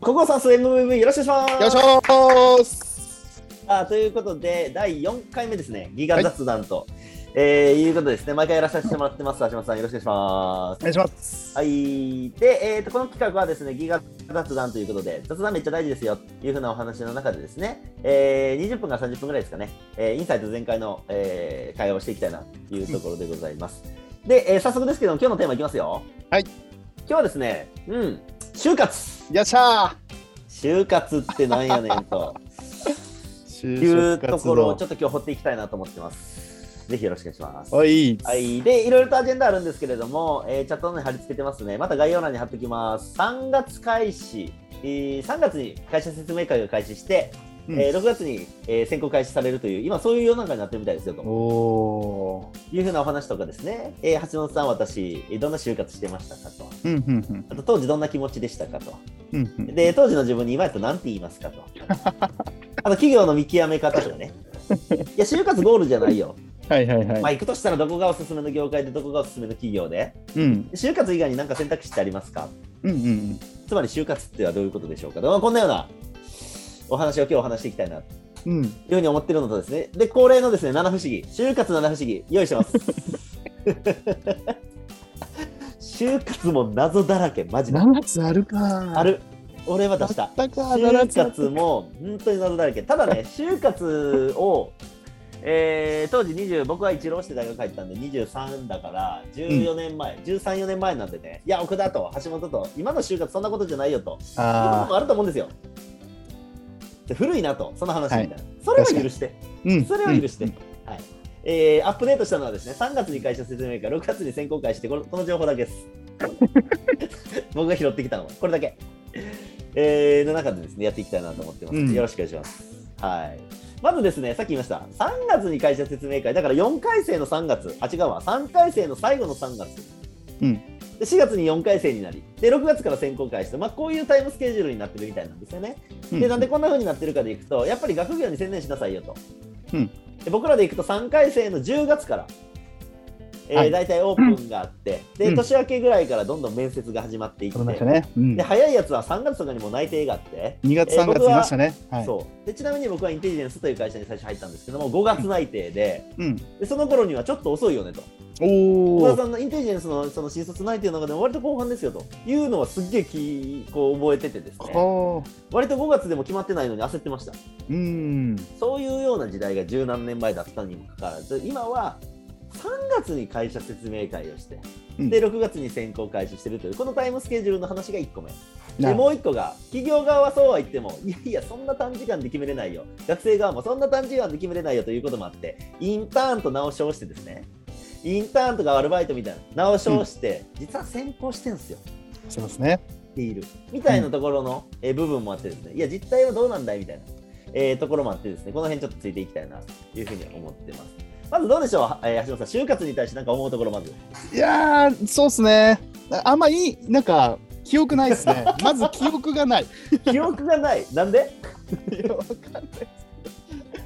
ココさんす MVV よろしくお願いします。よいしょーあということで、第4回目ですね、ギガ雑談と、えーいうことですね、毎回やらさせてもらってます、橋本さん、よろしくお願いしますお。願いします。はい。で、えー、とこの企画はですね、ギガ雑談ということで、雑談めっちゃ大事ですよっていうふうなお話の中でですね、えー、20分から30分ぐらいですかね、えーインサイト全開の、えー会話をしていきたいなというところでございます。で、えー早速ですけども、今日のテーマいきますよ。はい。今日はですね、うん、就活よっしゃ就活ってなんやねんとーいうところをちょっと今日掘っていきたいなと思ってます。ぜひよろしくお願いします。おい。はい、でいろいろとアジェンダあるんですけれども、えーチャットの方に貼り付けてますねまた概要欄に貼っておきます3月開始、えー3月に会社説明会が開始して、うんえー6月に、えー選考開始されるという今そういう世の中になってるみたいですよとおー。いうふうなお話とかですね、えー橋本さん私えーどんな就活してましたかとうんうんうんあと当時どんな気持ちでしたかとうんうん。で当時の自分に今やと何て言いますか とあと企業の見極め方とかねいや就活ゴールじゃないよ、はいはいまはあ、い。行くとしたらどこがおすすめの業界でどこがおすすめの企業でうん就活以外に何か選択肢ってありますかうんうんつまり就活ってはどういうことでしょうかでまあこんなようなお話を今日お話していきたいなというん。うん。うふうに思ってるのとですねで恒例のですね七不思議就活七不思議用意してます 就活も謎だらけマジで七つあるか。あ。る俺は出した全くある就活も本当に謎だらけただ ね就活をえー当時20僕は一浪して大学入ったんで23だから14年前、134年前なんでねいや奥田と橋本と今の就活そんなことじゃないよということもああると思うんですよで古いなとその話みたいな、はそれは許してー。うん。それは許して、はいえーアップデートしたのはですね3月に会社説明会6月に選考会してこのこの情報だけです 僕が拾ってきたのはこれだけ、えーの中でですねやっていきたいなと思ってます、うんよろしくお願いしますはいまずですねさっき言いました3月に会社説明会だから4回生の3月あ違うわ3回生の最後の3月うんで4月に4回生になりで6月から選考会して、まあ、こういうタイムスケジュールになってるみたいなんですよねうでなんでこんな風になってるかでいくとやっぱり学業に専念しなさいよと、うんで僕らでいくと3回生の10月から、えーはい大体オープンがあって、うでん年明けぐらいからどんどん面接が始まっていっ、ありましてたね。うんで。早いやつは3月とかにも内定があって、二月えー三月僕いはましたね。はい。そうでちなみに僕はインテリジェンスという会社に最初入ったんですけども5月内定でうん。でその頃にはちょっと遅いよねとお小田ー。さんのインテリジェンスのその新卒内定の中でも割と後半ですよというのはすっげえきこう覚えててですねこ割と5月でも決まってないのに焦ってました。う。うん。そういうような時代が十何年前だったにもかかわらず、今は3月に会社説明会をして、うんで6月に選考開始してるという、このタイムスケジュールの話が1個目。なでもう1個が、企業側はそうは言っても、いやいや、そんな短時間で決めれないよ、学生側もそんな短時間で決めれないよということもあって、インターンと直しをしてですね、インターンとかアルバイトみたいな直しをして、実は先行してんすよ。してますね。っているみたいなところの、えー部分もあってですねいや実態はどうなんだいみたいな、えーところもあってですねこの辺ちょっとついていきたいなというふうに思ってますまずどうでしょう、えー橋本さん就活に対して何か思うところま ずいやー、そうっすね。あんまいい、なんか、記憶ないですね。まず記憶がない。記憶がないなんでいや、わかんない。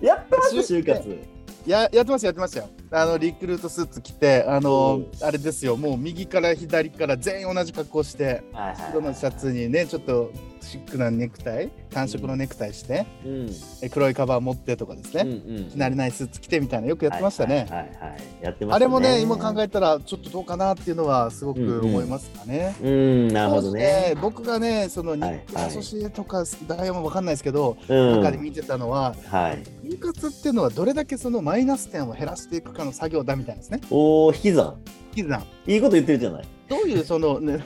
やってます就就活や、やってました、やってましたよ。あの、リクルートスーツ着て、あうのん、あれですよ、もう右から左から全員同じ格好して、はいはい黒のシャツにね、ちょっとシックなネクタイ、単色のネクタイして、うん、え黒いカバー持ってとかですうんね、うん着慣れないスーツ着てみたいな、よくやってましたね。はいはいはいはいやってましたあれもね、今考えたら、ちょっとどうかなっていうのは、すごく思いますかね。えうんなるほどそうですねね僕がね、その日はい本ソシエとかダイヤモンドわかんないですけど、うん中で見てたのは、はい就活っていうのはどれだけそのマイナス点を減らしていくかの作業だみたいなんですね。おー引き算キズナンいいこと言ってるじゃないどういうその、ね、 違う違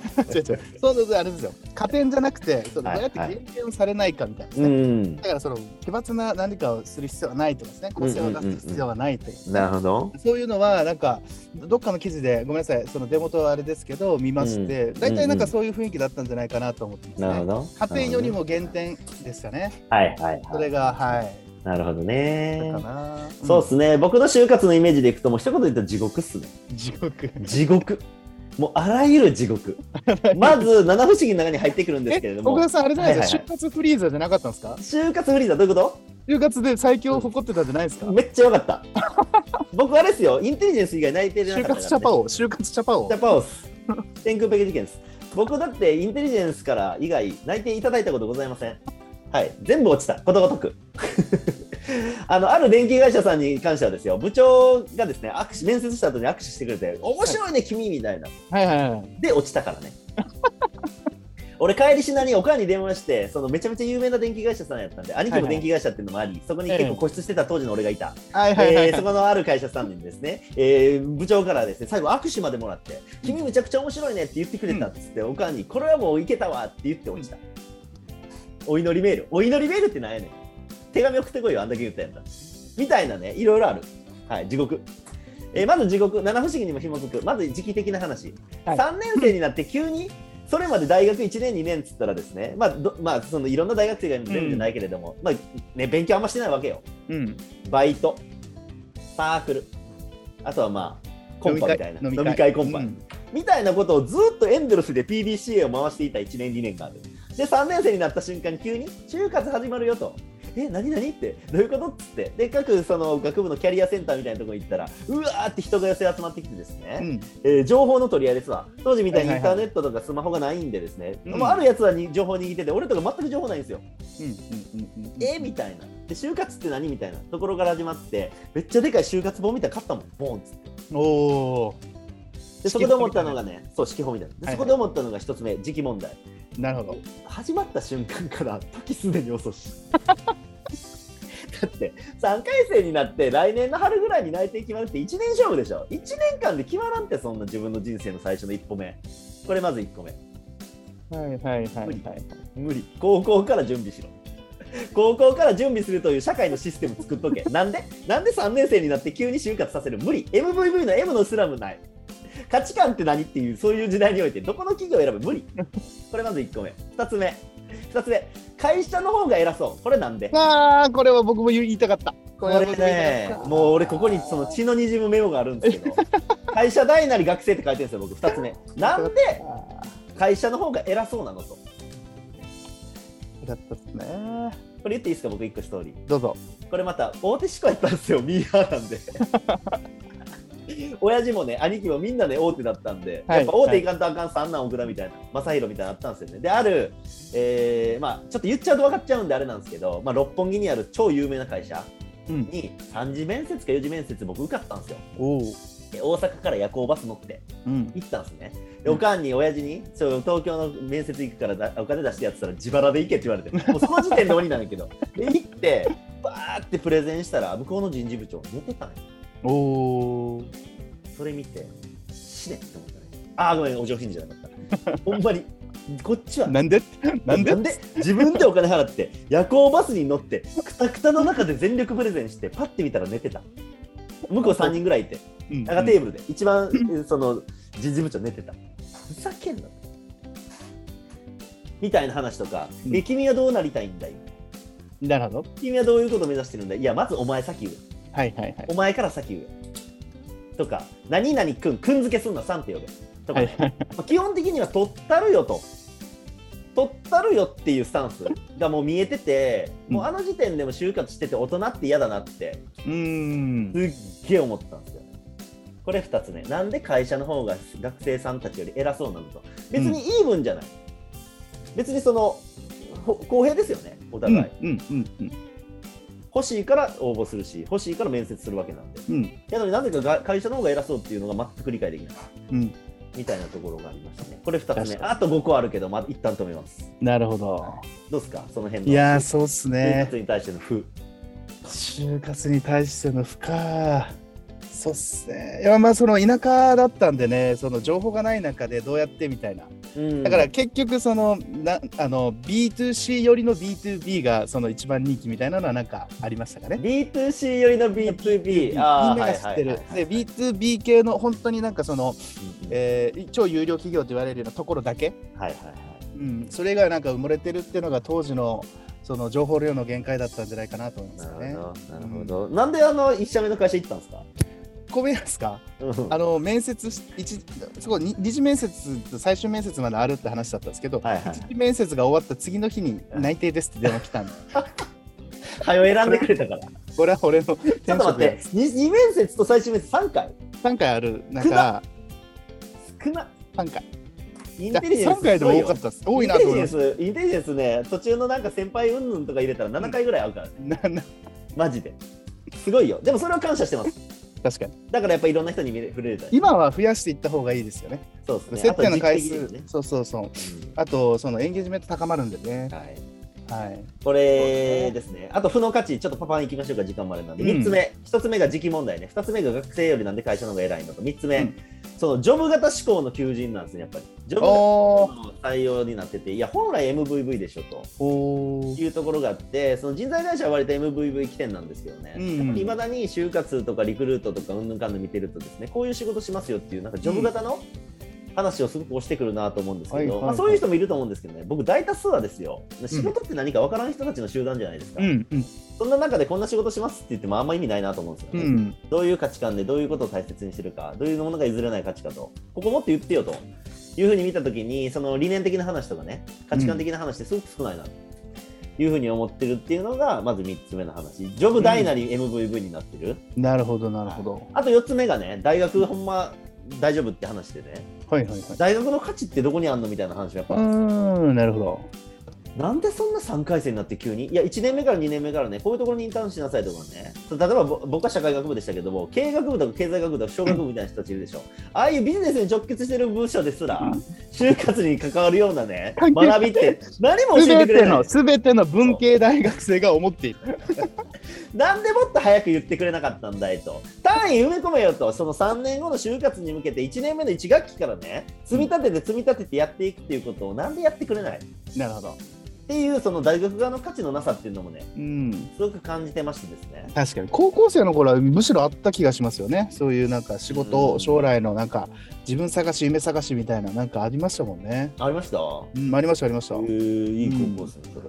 うそのあれですよ、加点じゃなくて、そのどうやって減点をされないかみたいなですうね。んだからその奇抜な何かをする必要はないとかですね、個性を出す必要はないという。なるほどそういうのはなんかどっかの記事でごめんなさいそのデモとあれですけど見まして大体、なんかそういう雰囲気だったんじゃないかなと思ってますね。なるほど家庭よりも減点ですかね。はいはいはいそれが、はい。なるほどねかな。そうですね、僕の就活のイメージでいくと、もう一言で言ったら地獄っすね。うん。地獄。地獄。もうあらゆる地獄。 まず、七不思議の中に入ってくるんですけれえ、ど奥も田、さん、あれじゃないですか、はい出発フリーザじゃなかったんですか就活フリーザどういうこ就活で最強を誇ってたじゃないですか、とめっちゃ良かった。僕あれですよ、インテリジェンス以外内定でな就 かったから、ね。活チャパオ、就活チャパオチャ。パオス。天空ペケ事件です。僕だってインテリジェンスから以外内定いただいたことございません。はい、全部落ちた、ことごとく。 あのある電気会社さんに関してはですよ、部長がですね、握手面接した後に握手してくれて、面白いね、君みたいな。はいはいはい。で、落ちたからね。 俺、帰りしなにおかんに電話して、そのめちゃめちゃ有名な電気会社さんやったんで、兄貴も電気会社っていうのもあり、そこに結構固執してた当時の俺がいた。はいはいはえいーそこのある会社さんにですね、えー部長からですね最後握手までもらって「君むちゃくちゃ面白いね」って言ってくれたっつって、おかんに「これはもういけたわ」って言って落ちた、お祈りメールお祈りメールってなんやねん手紙送ってこいよあんだけ言ったやんだみたいなねいろいろあるはい地獄えーまず地獄七不思議にも紐づくまず時期的な話、はい3年生になって急にそれまで大学1年2年っつったらですねまあどまあそのいろんな大学生が全部じゃないけれども、まあね勉強あんましてないわけようん。バイト、サークル、あとはまあ、コンパみたいな、飲み会コンパ、うんみたいなことをずっとエンドレスで PDCA を回していた1年、2年がある。で、3年生になった瞬間に急に、就活始まるよと。え、何何って、どういうことっつって。で、各その学部のキャリアセンターみたいなところに行ったら、うわーって人が寄せ集まってきてですね。うん。えー情報の取り合いですわ当時みたいにイはンいはターいはいネットとかスマホがないんでですね、うんもうあるやつはに情報握ってて俺とか全く情報ないんですようんうんうんうん。えみたいなで就活って何みたいなところから始まってめっちゃでかい就活本みたいなの買ったもんボーンっつっておお。でそこで思ったのがねそう式本みたいなではいはいそこで思ったのが一つ目時期問題なるほど。始まった瞬間から時すでに遅しだって3回生になって来年の春ぐらいに内定決まるって1年勝負でしょ1年間で決まらんってそんな自分の人生の最初の一歩目これまず1個目はいはいはい無理はい。無理高校から準備しろ高校から準備するという社会のシステム作っと けなんでなんで3年生になって急に就活させる無理 MVV の M のスラムない価値観って何っていうそういう時代においてどこの企業を選ぶ 無理これまず1個目2つ目2つ目会社の方が偉そうこれなんでああ、これは僕も言いたかった。ここれねもう俺ここにその血のにじむメモがあるん ですけど会社大なり学生って書いてるんですよ僕2つ目 なんで会社の方が偉そうなのとだったっすね。これ言っていいですか僕1個ストーリーどうぞ。これまた大手志向やったんですよミーハーなんで親父もね兄貴もみんなね大手だったんで、はいやっぱ大手いかんとあかんさんなん奥田みたいな正宏みたいなのあったんですよねである、えーまあちょっと言っちゃうと分かっちゃうんであれなんですけど、まあ、六本木にある超有名な会社うん。に3次面接か4次面接僕受かったんですよおお。で大阪から夜行バス乗ってうん。行ったんですねでおかんに親父にそう東京の面接行くからだお金出してやってたら自腹で行けって言われてもうその時点で鬼なんだけど で行ってバーってプレゼンしたら向こうの人事部長寝てたねおお。それ見て死ねって思ったねああごめんお上品じゃなかった ほんまにこっちはなんで。なんで。自分でお金払って夜行バスに乗ってくたくたの中で全力プレゼンしてパッて見たら寝てた向こう3人ぐらいいてうん長テーブルで一番えその人事部長寝てたふざけんなみたいな話とか、うんえ君はどうなりたいんだいなるほど。君はどういうことを目指してるんだいいやまずお前先上はいはいはい。お前から先上とか何々くんくん付けすんなさんって呼べとか、はいねまあ基本的には取ったるよと取ったるよっていうスタンスがもう見えてて、うんもうあの時点でも就活してて大人って嫌だなってうーん。すっげえ思ったんですよね。これ2つね。なんで会社の方が学生さんたちより偉そうなのと。別にイーブンじゃない。別にその、ほ公平ですよね、おうん互い、うんうんうん欲しいから応募するし、欲しいから面接するわけなんで。うんなのになぜかが会社の方が偉そうっていうのが全く理解できない。うんみたいなところがありましたね。これ2つ確目。かにあと5個あるけど、まあ、一旦止めます。なるほどどうですかその辺の。いやーそうっす就ね活に対しての負。就活に対しての負荷そうっすねいやまあその田舎だったんでねその情報がない中でどうやってみたいなうんだから、結局そのなあの B2C よりの B2B がその一番人気みたいなのはなんかありましたかね B2C よりのみん B2B。あなーが知ってるはいはいはいはいで B2B 系の本当になんかそうんうの、んえー超有料企業と言われるようなところだけはいはいはい。うん、それ以外はなんか埋もれてるっていうのが当時のその情報量の限界だったんじゃないかなと思いますよなるね。ほど、なるほど。なんであの一社目の会社行ったんですか。ごめんなさいかうんあの面接し一そこに二次面接と最終面接まであるって話だったんですけど、はいはい一次面接が終わった次の日に内定ですって電話来たんではい、早選んでくれた から。ちこれは俺の転ょっと待って、二二面接と最終面接三回。 3回ある少な中少な。 3回インやテリジェンス3回でも多かったです。多いなと思いインテリまジェンす。スインテリジェンスね途中のなんか先輩うんぬんとか入れたら7回ぐらい合うからね、ななマジですごいよでもそれは感謝してます 確かに。だからやっぱいろんな人に見れ触れるじゃない今は増やしていった方がいいですよね。そうですね接待のあ回と数、時期的にもねそうそうそう。あと、そのエンゲージメント高まるんでねうん。はいはい。これですね。あと、負の価値、ちょっとパパン行きましょうか、時間までなんで。うん3つ目、1つ目が時期問題ね。2つ目が学生よりなんで会社の方が偉いのと。3つ目、うんそのジョブ型思考の求人なんですね、やっぱり。ジョブ型おーの採用になってて、いや、本来 MVV でしょと。おー。いうところがあって、その人材会社は割と MVV 起点なんですけどね、うんいまだに就活とかリクルートとかうんぬんかんぬん見てると、ですねこういう仕事しますよっていう、なんかジョブ型の話をすごく押してくるなと思うんですけはいはいど、はいまあそういう人もいると思うんですけどね、僕、大多数はですよ、仕事って何か分からん人たちの集団じゃないですか、うんうんそんな中でこんな仕事しますって言ってもあんま意味ないなと思うんですようね、ん。どういう価値観でどういうことを大切にしてるかどういうものが譲れない価値かとここもっと言ってよというふうに見た時にその理念的な話とかね価値観的な話ってすごく少ないなというふうに思ってるっていうのがまず3つ目の話ジョブ大なり MVV になってる、なるほどなるほど。あと4つ目がね大学ほんま大丈夫って話でねはいはいはい。大学の価値ってどこにあんのみたいな話をやっうぱ、ーんなるほど。なんでそんな3回生になって急にいや1年目から2年目からねこういうところにインターンしなさいとかね例えばぼ僕は社会学部でしたけども経営学部とか経済学部とか商学部みたいな人たちいるでしょああいうビジネスに直結してる部署ですらうん就活に関わるようなね関係ない学びって何もす教えてくべれてないのすべての文系大学生が思っている。なんでもっと早く言ってくれなかったんだいと単位埋め込めよとその3年後の就活に向けて1年目の1学期からね積み立てて積み立ててやっていくっていうことをなんでやってくれないっなるほど。ていうその大学側の価値のなさっていうのもねうん。すごく感じてましてですね確かに高校生の頃はむしろあった気がしますよね。そういうなんか仕事、うん将来のなんか自分探し夢探しみたいななんかありましたもんね。ありましたうんありましたありました。えー、いい高校生、そ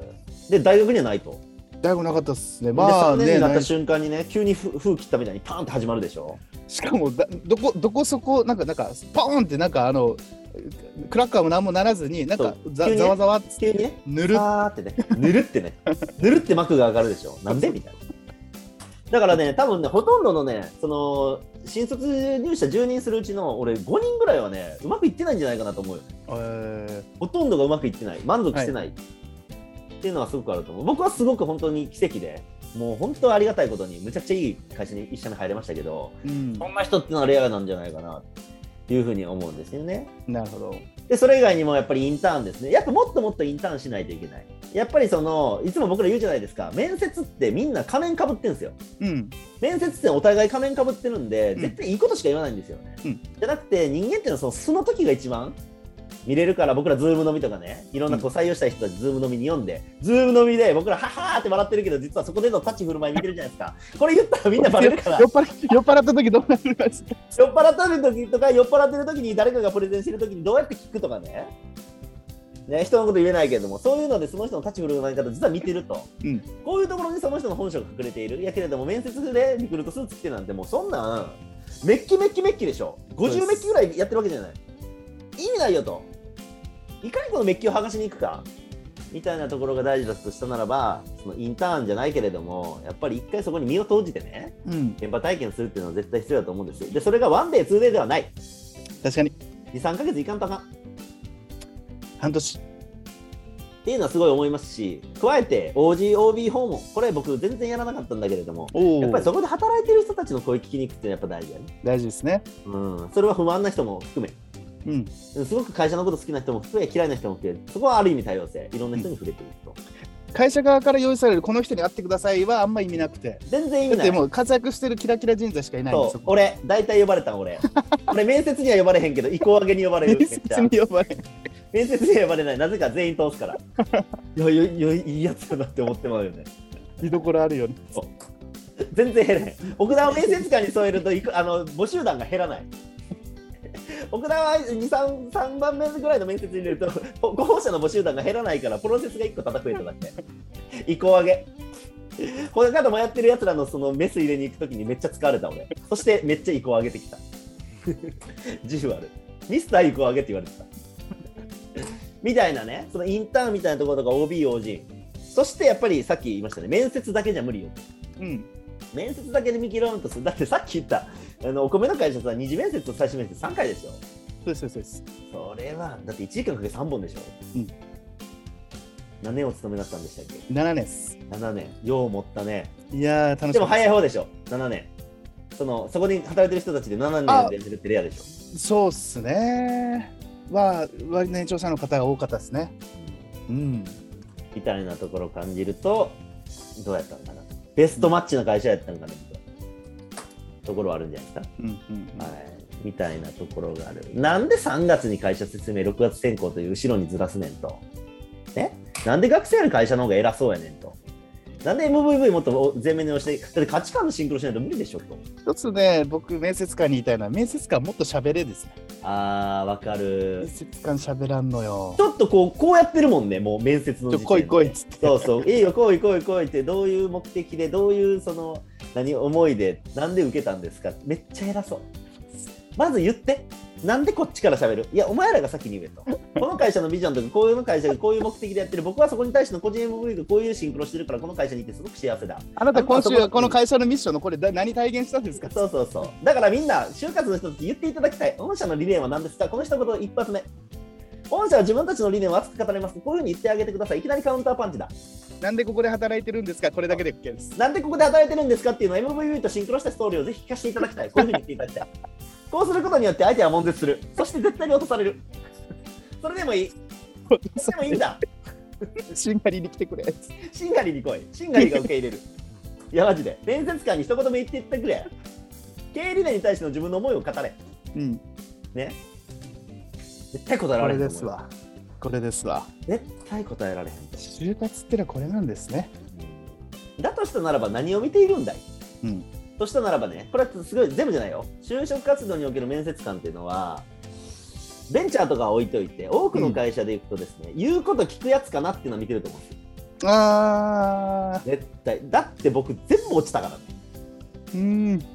れ。で、大学にはないと。だいぶなかったですね。ままあ、あで、3年ねになっなたいし瞬間にね、急にふ風切ったみたいに、パーンって始まるでしょ。かもだどこどこそこなんかなんかポーンってなんかあのクラッカーも何もならずになんかざ急にねざわざわっつっ急てにね、ぬるっパーってね、ぬるってね、ぬるって幕が上がるでしょ。なんでみたいな。だからね、多分ね、ほとんどのね、その、新卒入社10人するうちの、俺、5人ぐらいはね、うまくいってないんじゃないかなと思うよ。えほとんどがうまくいってない、満足してない、っていうのはすごくあると思う。僕はすごく本当に奇跡で、もう本当ありがたいことに、むちゃくちゃいい会社に一社目入れましたけど、ーうんそんな人ってのはレアなんじゃないかなというふうに思うんですよね。なるほど。で、それ以外にもやっぱりインターンですね。やっぱもっともっとインターンしないといけない。やっぱりその、いつも僕ら言うじゃないですか、面接ってみんな仮面かぶってるんですよ。うん面接ってお互い仮面かぶってるんで、うん絶対いいことしか言わないんですよね。うんじゃなくて、人間っていうのはその素の時が一番見れるから、僕らズーム飲みとかね、いろんなこう採用したい人たちズーム飲みに読んで、ズーム飲みで僕らははーって笑ってるけど、実はそこでの立ち振る舞い見てるじゃないですか。これ言ったらみんなバレるから酔。っ払酔っ払った時どうなるかですか酔っ払ってる時とか酔っ払ってる時に誰かがプレゼンしてる時にどうやって聞くとかねね人のこと言えないけれどもそういうのでその人の立ち振る舞い方実は見てると、うんこういうところにその人の本性が隠れているいやけれども面接でリクルートスーツ着てなんてもうそんなんメッキメッキメッキでしょ50メッキぐらいやってるわけじゃない意味ないよといかにこのメッキを剥がしに行くかみたいなところが大事だとしたならばそのインターンじゃないけれどもやっぱり一回そこに身を投じてねうん現場体験するっていうのは絶対必要だと思うんですよでそれがワンデーツーデーではない確かに23ヶ月いかんとあかんっ半年ていうのはすごい思いますし加えて OGOB 訪問これ僕全然やらなかったんだけれどもおやっぱりーそこで働いてる人たちの声聞きに行くっていうのはやっぱ大事だね、大事ですね。うん、それは不満な人も含めうん、うんすごく会社のこと好きな人も含め嫌いな人も含めそこはある意味多様性いろんな人に触れていくと、会社側から用意されるこの人に会ってくださいはあんま意味なくて。全然意味だっないてもう活躍してるキラキラ人材しかいないんでそすうよ。俺大体呼ばれたん 俺俺面接には呼ばれへんけど意向上げに呼ばれるめ面っちゃ 接に呼ばれ面接には呼ばれないなぜか全員通すからいやいやいやいいやつだなって思ってまうよね見どころあるよね。全然減らへん奥田を面接官に添えるといくあの募集団が減らない奥田は23番目ぐらいの面接に入れるとほ候補者の募集団が減らないからプロセスが1個叩くえただけ移行上げこれから迷ってるやつらのそのメス入れに行くときにめっちゃ疲れた俺そしてめっちゃ移行上げてきた自負あるミスター移行上げって言われてたみたいなねそのインターンみたいなところとか OBOG そしてやっぱりさっき言いましたね面接だけじゃ無理ようん、面接だけで見切ろうとするだってさっき言ったあのお米の会社さ二次面接と最終面接3回ですよですそうですそうでそれは、だって1時間かけ3本でしょ。うん何年お勤めだったんでしたっけす7年です。 ?7 年。よう持ったね。いやー楽しみでも早い方でしょ、7年。そのそこに働いてる人たちで7年で辞めるってレアでしょ。そうっすねは割年長者の方が多かったですねうんみたいなところを感じると、どうやったのかな。ベストマッチの会社やったのかね、ところはあるんじゃないですか。うんうんはい、みたいなところがある。なんで3月に会社説明、6月選考という後ろにずらすねんと。ね、なんで学生より会社の方が偉そうやねんと。なんで MVV もっと前面に押して、だって価値観のシンクロしないと無理でしょと。一つね僕面接官に言いたいのは面接官もっと喋れですねあー、わか面る。接官喋らんのよちょっとこう、こうやってるもんね、もう面接のち時ょ点で。来い来いっつってそう そう、いいよ、来い来い来いって、どういう目的で、どういうその、何思いで、なんで受けたんですかめっちゃ偉そう。まず言って、なんでこっちから喋るいや、お前らが先に言えと。この会社のビジョンとか、こういう会社がこういう目的でやってる、僕はそこに対しての個人 MV がこういうシンクロしてるから、この会社にいてすごく幸せだ。あなた今あそこ週この会社のミッションのこれだ何体現したんですかそうそうそう。だからみんな、就活の人たち言っていただきたい。御社の理念は何ですかこの一言一発目。御社は自分たちの理念を熱く語ります。こういうふうに言ってあげてください。いきなりカウンターパンチだ。なんでここで働いてるんですかこれだけで OK ですなんでここで働いてるんですかっていうのを MVV とシンクロしたストーリーをぜひ聞かせていただきたい。こういうふうに言っていただきたい。こうすることによって相手は悶絶する。そして絶対に落とされる。それでもいい。それでもいいん だ。しんがりに来てくれしんがりに来い。しんがりが受け入れる。いや、マジで。面接官に一言も言っていってくれ。経営理念に対しての自分の思いを語れ。うんね。絶対答えらこれれへんと思でうすわこれですわ絶対答えられへんと就活ってのはこれなんですねだとしたならば何を見ているんだいうんとしたならばね、これはすごい全部じゃないよ。就職活動における面接官っていうのは、ベンチャーとかは置いといて、多くの会社で行くとですね、言うこと聞くやつかなっていうのは見てると思うんですよ。あ絶対。だって僕、全部落ちたからね。ーうん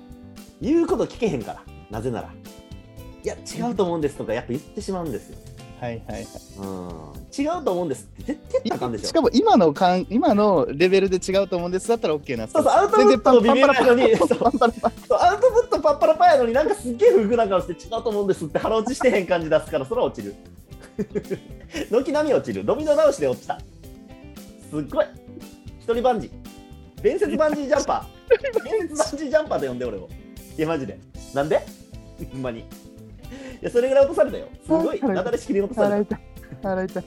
言うこと聞けへんから。なぜなら。いや、違うと思うんですとか、やっぱ言ってしまうんですよ。はいはいはいうん。違うと思うんですって絶対言ったらあかんでしょ。しかも今のかん今のレベルで違うと思うんですだったら OK なんですそうそう、アウトプットの微妙なのに、 そうパンパラパンそうアウトプットパッパラパンやのになんかすっげえ不具な顔して違うと思うんですって腹落ちしてへん感じ出すからそれは落ちる 軒並み落ちるドミノ倒しで落ちたすっごい一人バンジー伝説バンジージャンパー伝説バンジージャンパーと呼んで俺をいやマジでなんでほんまにいやそれぐらい落とされたよすごいなだれしきりに落とされたいた働いた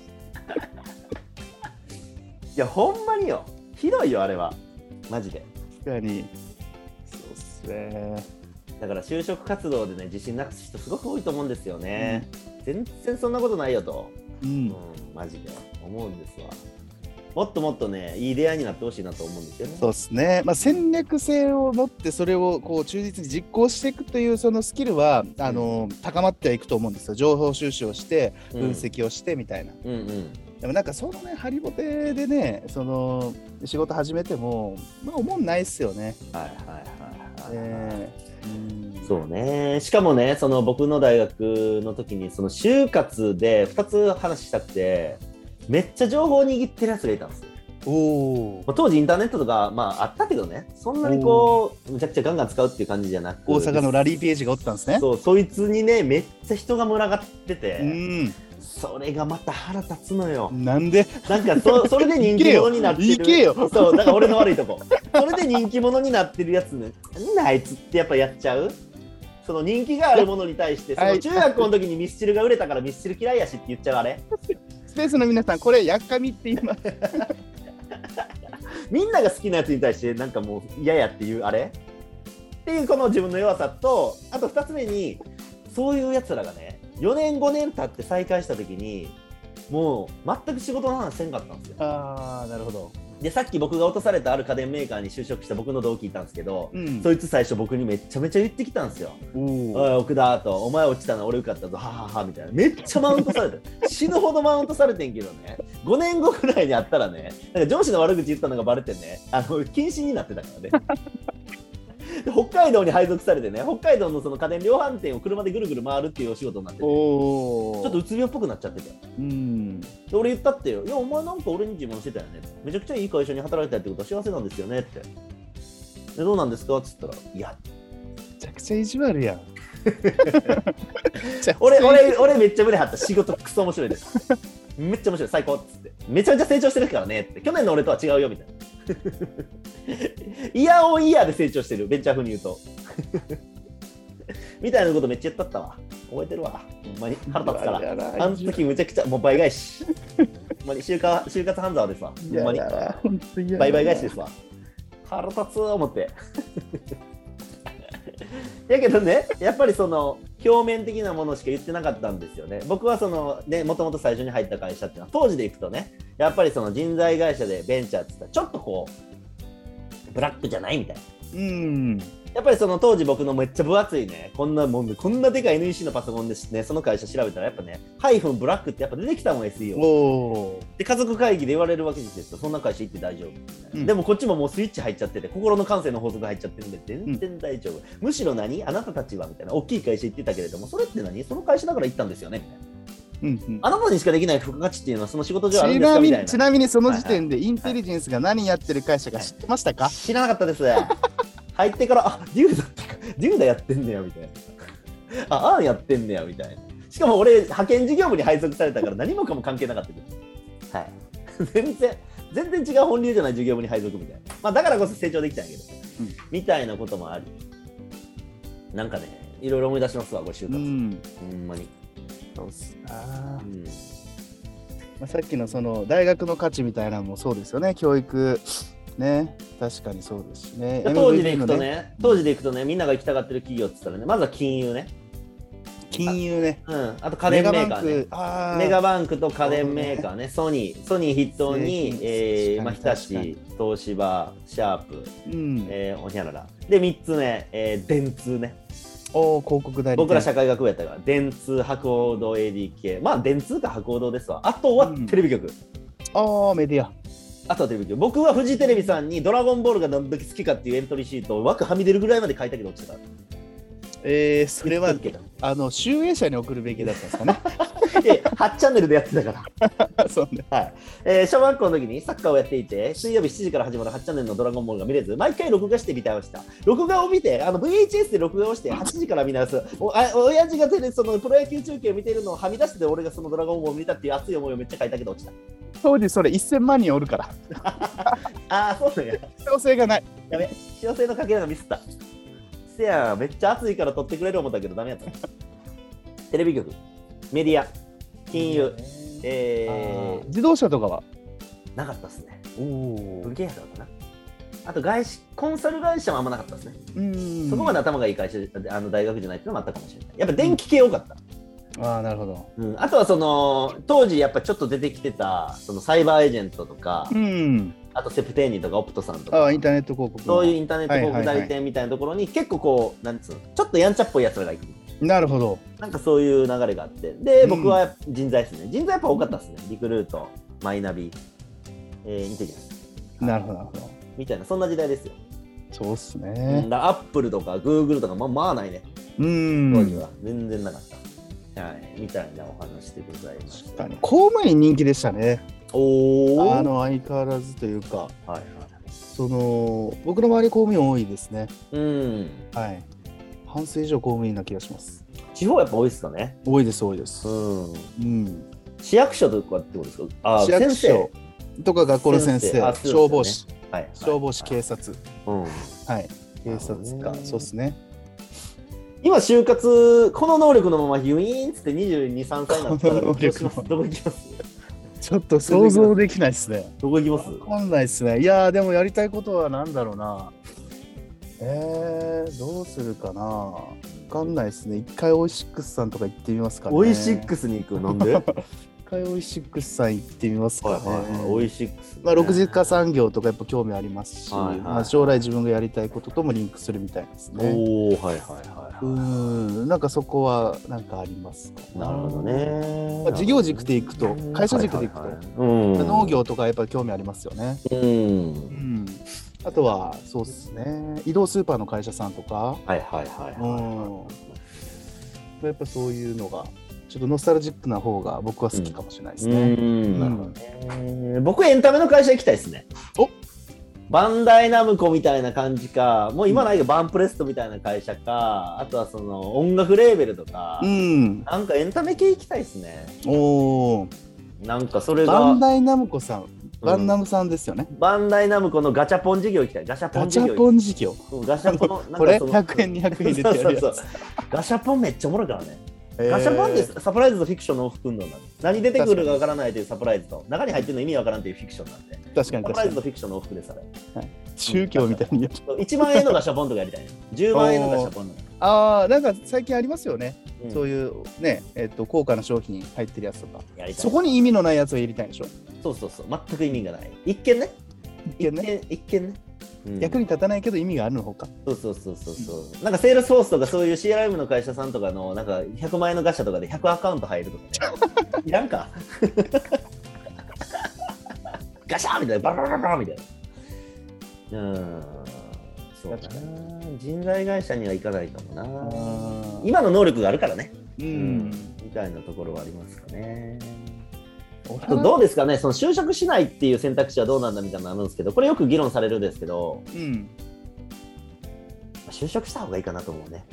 いやほんまによひどいよあれはマジで確かにそうっすねだから就職活動でね自信なくす人すごく多いと思うんですよね、全然そんなことないよとうんうん、マジで思うんですわ。もっともっとね、いい出会いになってほしいなと思うんですよね。そうですね、まあ、戦略性を持ってそれをこう忠実に実行していくというそのスキルはあの高まってはいくと思うんですよ情報収集をしてうん分。析をしてみたいな、うんうん。でもなんかそのねハリボテでねその仕事始めてもまあ思んないっすよね、はいはいはいはい、えーそうね。しかもね、その僕の大学の時に、その就活で2つ話したくて、めっちゃ情報を握ってるやつがいたんですよ。うんおまあ当時インターネットとか、まああったけどね、そんなにこう、むちゃくちゃガンガン使うっていう感じじゃなく大阪のラリーページがおったんですねそう、そいつにね、めっちゃ人が群がってて、うんそれがまた腹立つのよ。なんでなんか そそれで人気者になってる行けよ行けよそうだから俺の悪いとこそれで人気者になってるやつねなんだあいつってやっぱやっちゃうその人気があるものに対してそはのい中学校の時にミスチルが売れたからミスチル嫌いやしって言っちゃうあれスペースの皆さんこれやっかみって言いますみんなが好きなやつに対してなんかもう嫌やっていうあれっていうこの自分の弱さとあと2つ目にそういうやつらがね4年5年経って再会した時にもう全く仕事の話せんかったんですよああなるほどでさっき僕が落とされたある家電メーカーに就職した僕の同期いたんですけど、うんそいつ最初僕にめっちゃめちゃ言ってきたんですよ。おおーい、奥田と、お前落ちたな、俺受かったぞ、はははみたいな。めっちゃマウントされた。 死ぬほどマウントされてんけどね、5年後くらいに会ったらね、なんか上司の悪口言ったのがバレてね、あの、謹慎になってたからね。で北海道に配属されてね、北海道のその家電量販店を車でぐるぐる回るっていうお仕事になってて、ちょおっーとうつ病っぽくなっちゃってて。うんで俺言ったってよ、いや、お前なんか俺に自慢してたよね。めちゃくちゃいい会社に働いたってことは幸せなんですよねって。で、どうなんですかって言ったら、いや、 めちゃくちゃ意地悪やん。俺、俺、俺めっちゃ胸張った。仕事クソ面白いです。めっちゃ面白い。最高っつって。めちゃめちゃ成長してるからねって。去年の俺とは違うよみたいな。 イヤーオンイヤーで成長してる。ベンチャー風に言うと。 みたいなことめっちゃ言ったったわ。覚えてるわ。ほんまに腹立つから。やだあの時むちゃくちゃもう倍返し。ほんまに就活就活半沢ですわ。ほんまにやだ本当にやだ倍々返しですわ。腹立つ思って。 やけどね、やっぱりその表面的なものしか言ってなかったんですよね。僕はそのね、もともと最初に入った会社っていうのは、当時でいくとね、やっぱりその人材会社でベンチャーって言ったら、ちょっとこう、ブラックじゃないみたいな。うん。やっぱりその当時僕のめっちゃ分厚いね、こんなもんで、こんなでかい NEC のパソコンでね、その会社調べたらやっぱね、ハイフンブラックってやっぱ出てきたもん SEO。おーで家族会議で言われるわけですよ、そんな会社行って大丈夫、みたいなうんでもこっちももうスイッチ入っちゃってて、心の感性の法則入っちゃってるんで、全然大丈夫、むしろ何、あなたたちはみたいな、大きい会社行ってたけれども、それって何、その会社だから行ったんですよねみたいな、うんうんあなたにしかできない付加価値っていうのは、その仕事上あるちんですなかみみたいに、なちなみにその時点でインテリジェンスが何やってる会社か知ってましたか、知らなかった です、入ってから、あデューダってか、デューダやってんねやみたいな、ああーやってんねやみたいな、しかも俺、派遣事業部に配属されたから、何もかも関係なかったです、はい、全然。全然違う本流じゃない事業部に配属みたいな、まあ、だからこそ成長できたんやけど、うんみたいなこともありなんかねいろいろ思い出しますわご就活、うん。ほんまに、そうっすなうんまあ、さっきのその大学の価値みたいなのもそうですよね教育ね確かにそうですしね当時でい MVP くのとね当時でいくとねみんなが行きたがってる企業って言ったらねまずは金融ね、金融ねうん、あと家電メーカーねメガバンクあーメガバンクと家電メーカーね、ソニー、ソニー筆頭製に品、えー確かにまあ、日立確かに、東芝、シャープ、うん、えー、おにゃらら。で、3つ目、えー電通ね。おー広告代理店僕ら社会学部やったから電通博報堂 ADK まあ電通か博報堂ですわあとはテレビ局、ああメディアあとはテレビ局僕はフジテレビさんに「ドラゴンボール」が何時好きかっていうエントリーシートを枠はみ出るぐらいまで書いたけど落ちてたえー、それは 言っとくけどあの集英社に送るべきだったんですかね で8チャンネルでやってたからそうねはい、えー小学校の時にサッカーをやっていて水曜日7時から始まる8チャンネルの「ドラゴンボール」が見れず毎回録画して見てました録画を見てあの VHS で録画をして8時から見直すおあ親父がテレそのプロ野球中継を見てるのをはみ出して俺がその「ドラゴンボール」を見たっていう熱い思いをめっちゃ書いたけど落ちた当時それ1000万人おるからああそうなんや必要性がないやべ、塩性のかけらがミスった。せやん、めっちゃ暑いから撮ってくれる思ったけど、ダメやった。テレビ局、メディア、金融、えあーー、自動車とかはなかったっすね。おお文系やったのかな。あと外資、コンサル会社もあんまなかったですね。うんそこまで頭がいい会社、あの大学じゃないっていうのもあったかもしれない。やっぱ電気系多かった。ああなるほどうん、あとはその、当時やっぱちょっと出てきてた、そのサイバーエージェントとかう、んあとセプテーニとかオプトさんとあかあイ、ンターネット広告そういうインターネットはい広告代理はい店みたいなところに結構こう、なんつうの、ちょっとやんちゃっぽいやつらが行く。なるほどなんかそういう流れがあって、で、うん僕は人材ですね。人材やっぱ多かったですね。リクルート、マイナビ、えーインテリジェンスなるほどなるほどみたいな、そんな時代ですよ。そうっすうねんだアップルとかグーグルとか、まあ、まあないね、うん当時は。全然なかった。はい、みたいなお話でございまし確たか。に公務員人気でしたねおーあの相変わらずというかはいはい。その僕の周り公務員多いですねうん。はい半数以上公務員な気がします地方やっぱ多いですかね。多いです多いですうん。うん市役所とかってことですかあー市役所先とか学校の先生先生あそうですよね消防士生はい、はい。消防士警察うん。はいな警るほどね察かそうっすね今就活この能力のままヒュイーンっつって22、3歳になったらこどうの能し力ますどこ行きますちょっと想像できないですねどこ行きわまかんないですねいやーでもやりたいことは何だろうなえー、どうするかなわかんないですね一回オイシックスさんとか行ってみますかすねオイシックスに行く なんではい一回オイシックスさん行ってみますかね。オイシックス、まあ、6次化産業とかやっぱ興味ありますし、はいはいまあ、将来自分がやりたいことともリンクするみたいですね。おおはいはいはういはーんなんかそこはなんかありますかいなるほどね、まあ、事業軸でいくと会社軸でいくと、はいはいはいうん農業とかやっぱり興味ありますよね。うんあとはそうですね移動スーパーの会社さんとかはいはいはいはやっぱそういうのがちょっとノスタルジックな方が僕は好きかもしれないでいすね。うんなるほどね僕エンタメの会社行きたいですねバンダイナムコみたいな感じか、もう今ないけど、バンプレストみたいな会社か、あとはその音楽レーベルとか、うん。なんかエンタメ系行きたいですね。おお。なんかそれが、バンダイナムコさうん、んバンナムさんですよね。バンダイナムコのガチャポン事業行きたい。ガチャポガンチ事ャ業ポ行ン事業。きたい。ガチャポン、なんかこれその100円200円入れてやるやつ。そうそうそうガシャポンめっちゃおもろいからね。へーガシャポンってサプライズとフィクションの往復運動なんで。何出てくるかわからないというサプライズと、中に入ってるの意味わからんというフィクションなんで。確かサプに確ライかズにと。フィクションの往復です、あれ。宗教みたいにやる。 1万円のガシャポンとかやりたいね。10万円のガシャポンとか。ああ、なんか最近ありますよね。うんそういうね、えっと高価な商品入ってるやつとか。やりたい。そこに意味のないやつを入れたいんでしょ。そうそうそう。全く意味がない。一見ね。一見ね。一見ね。うん役に立たないけど意味があるのほか。そうそうそうそうそう。なんかセールスフォースとかそういう CRM の会社さんとかのなんか100万円のガシャとかで100アカウント入るとかね。いらんか。ガシャーみたいな、バラバラバラみたいな。うーん。そうだ確かな。人材会社にはいかないかもな。あー今の能力があるからね。う。うんみたいなところはありますかね。おあとどうですかね、その就職しないっていう選択肢はどうなんだみたいなのあるんですけど、これよく議論されるんですけど、うん。就職した方がいいかなと思うね。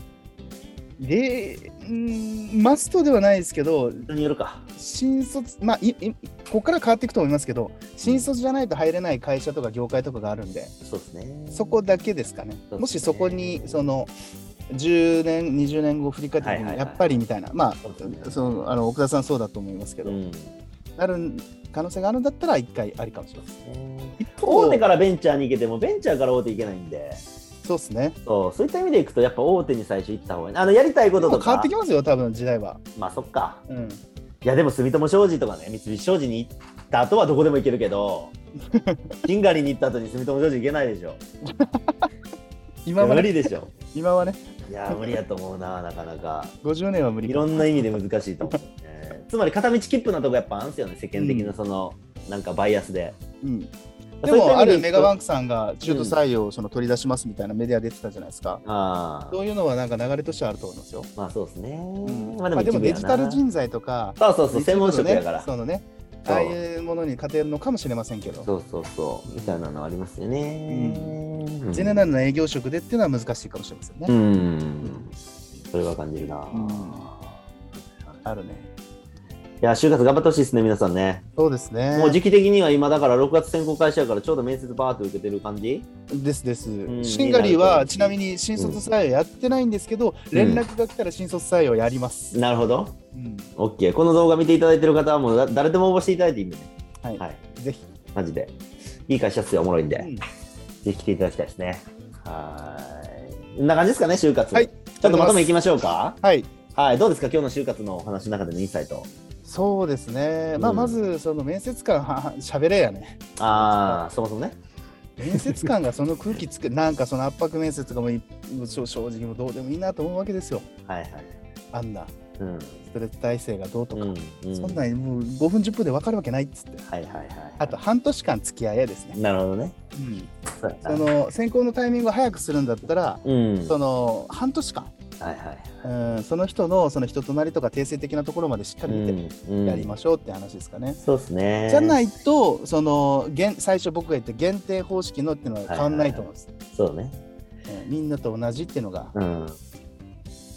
で、うん、マストではないですけど、人によるか。新卒、まあ、いいここから変わっていくと思いますけど、新卒じゃないと入れない会社とか業界とかがあるんで、そうですね。そこだけですかね。もしそこに、その、10年、20年後振り返った時はいはいに、はやいっぱりみたいな、まそうですあ、ねその、あの、奥田さんそうだと思いますけうど、ん。なる可能性があるんだったら、一回ありかもしれません。一大手からベンチャーに行けても、ベンチャーから大手行けないんで、そうですね。そうそういった意味でいくと、やっぱ大手に最初行った方がいい。あのやりたいこと変とわっかて、きますよ、多分時代は。まあそっか。うん。いや、でも住友商事とかね、三菱商事に行った後はどこでも行けるけ ど、シンガリに行った後に住友商事行けないでしょ。い今やは無ね、理でしょ。今はね、いや、無理やと思うな、なかなか。 50年は無理いかろんな意味で難しいと思う、ね、つまり片道切符なとこやっぱあんすよね世間的なその、なんかバイアスでうん。でそういったも意あ味るでメいくとガバンクさんが中途採用をその取り出しますみたいなメディア出てたじゃないですか。ああそういうのはなんか流れとしてはあると思いますよ。まあそうですね、まあでも一部やデなジタル人材とか、そうそうそう専門職やから、そのね、そうああいうものに勝てるのかもしれませんけど、そうそうそうみたいなのありますよね、うん、ゼネラルな営業職でっていうのは難しいかもしれませんね。うんそれは感じるな、うんいあるね。や就活頑張ってほしいですね皆さんね、そうですね。もう時期的には今だから6月選考開始やからちょうど面接バーって受けてる感じですです、んシンガリーいいなはちなみに新卒採用やってないんですけど、ん連絡が来たら新卒採用やります。なるほどうん、 OK この動画見ていただいてる方はもうだ誰でも応募していただいていいんでねはい、はいぜひ、マジで。いい会社っすよ、おもろいんで。うんぜひ来ていただきたいですね。はーい。こんな感じですかね、就活。はいちょっとまとめいきましょうか。はい、はい。どうですか、今日の就活のお話の中でのインサイト。そうですね。まあうんまずその面接官はは 喋れやね。あー、そもそもね。面接官がその空気つく なんかその圧迫面接とかもいもう正正直もうどうでもいいなと思うわけですよ。はいはい。あんなうん。ストレス体制がどうとか、うんうんそんなんもう5分10分で分かるわけないっつって。はいはいはい。あと。半年間付き合いやですね。なるほどね。うん、そうやそな。の選考のタイミングを早くするんだったら。うん。そはいの半年間、はうん、その人のその人となりとか定性的なところまでしっかい。り見てうんやりましょうって話ですかね。そうですね。。じゃないいとその限最初僕が言った限定方式のっていうのは変わんないと思うんです、そうね。うんみんなと同じっていうのが、うん。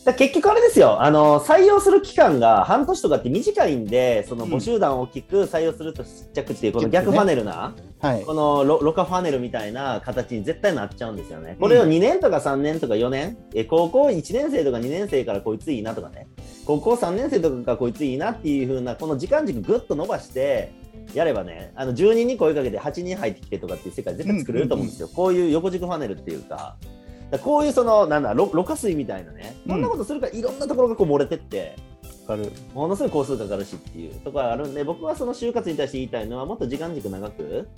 だ結局あれですよあの採用する期間が半年とかって短いんでそのうん募集団を大きく採用するとちっちゃくっていうこのちっちゃく逆ねパネルな、はいこのロロカファネルみたいな形に絶対なっちゃうんですよね。これをうん2年とか3年とか4年、え高校1年生とか2年生からこいついいなとかね、高校3年生とかからこいついいなっていう風な、この時間軸ぐっと伸ばして、やればね、あの10人に声かけて8人入ってきてとかっていう世界絶対作れると思うんですよ。こういう横軸ファネルっていうか。だからこういうその、なんだ、ろろ過水みたいなね、うんこんなことするからいろんなところがこう漏れてって、わかるものすごい工数かかるしっていうところがあるんで僕はその就活に対して言いたいのはもっと時間軸長く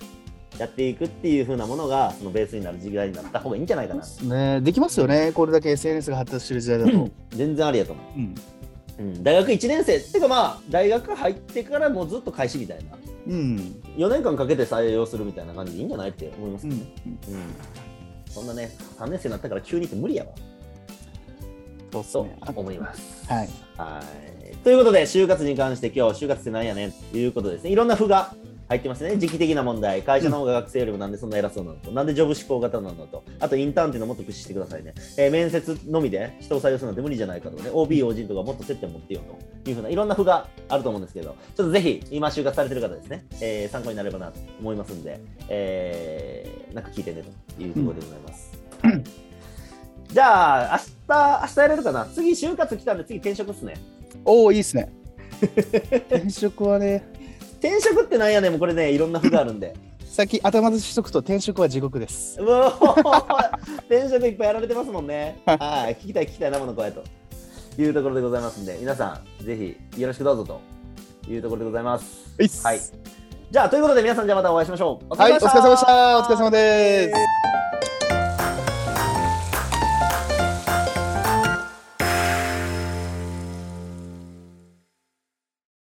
やっていくっていう風なものがそのベースになる時代になった方がいいんじゃないか なねできますよねこれだけ SNS が発達してる時代だと、全然ありやと思うんう、うん、大学1年生っていうかまあ大学入ってからもうずっと開始みたいなうん4年間かけて採用するみたいな感じでいいんじゃないって思いますうけどんね、うんそんなね3年生になったから急にって無理やわそうっすとね思いますはいはいということで就活に関して今日就活ってなんやねんということですねいろんな負が入ってますね時期的な問題会社の方が学生よりもなんでそんな偉そうなのと、なんでジョブ志向型なのとあとインターンっていうのもっと駆使してくださいね、えー面接のみで人を採用するなんて無理じゃないかとかね OB 要人とかもっと接点持ってよというふうないろんな負があると思うんですけどちょっとぜひ今就活されてる方ですね、えー参考になればなと思いますんで、えーなんか聞いてねというところでございます、じゃあ明日明日やれるかな次就活来たんで次転職っすねおおいいっす ね転職はね転職ってなんやねんもうこれねいろんな負があるんで先頭出ししとくと転職は地獄ですうおー転職いっぱいやられてますもん ね。はい、聞きたい聞きたい生の声というところでございますんで、皆さんぜひよろしくどうぞというところでございます。はいっすはいじゃあということで皆さんじゃあまたお会いしましょう。お。はいお疲れ様でしたお疲れ様です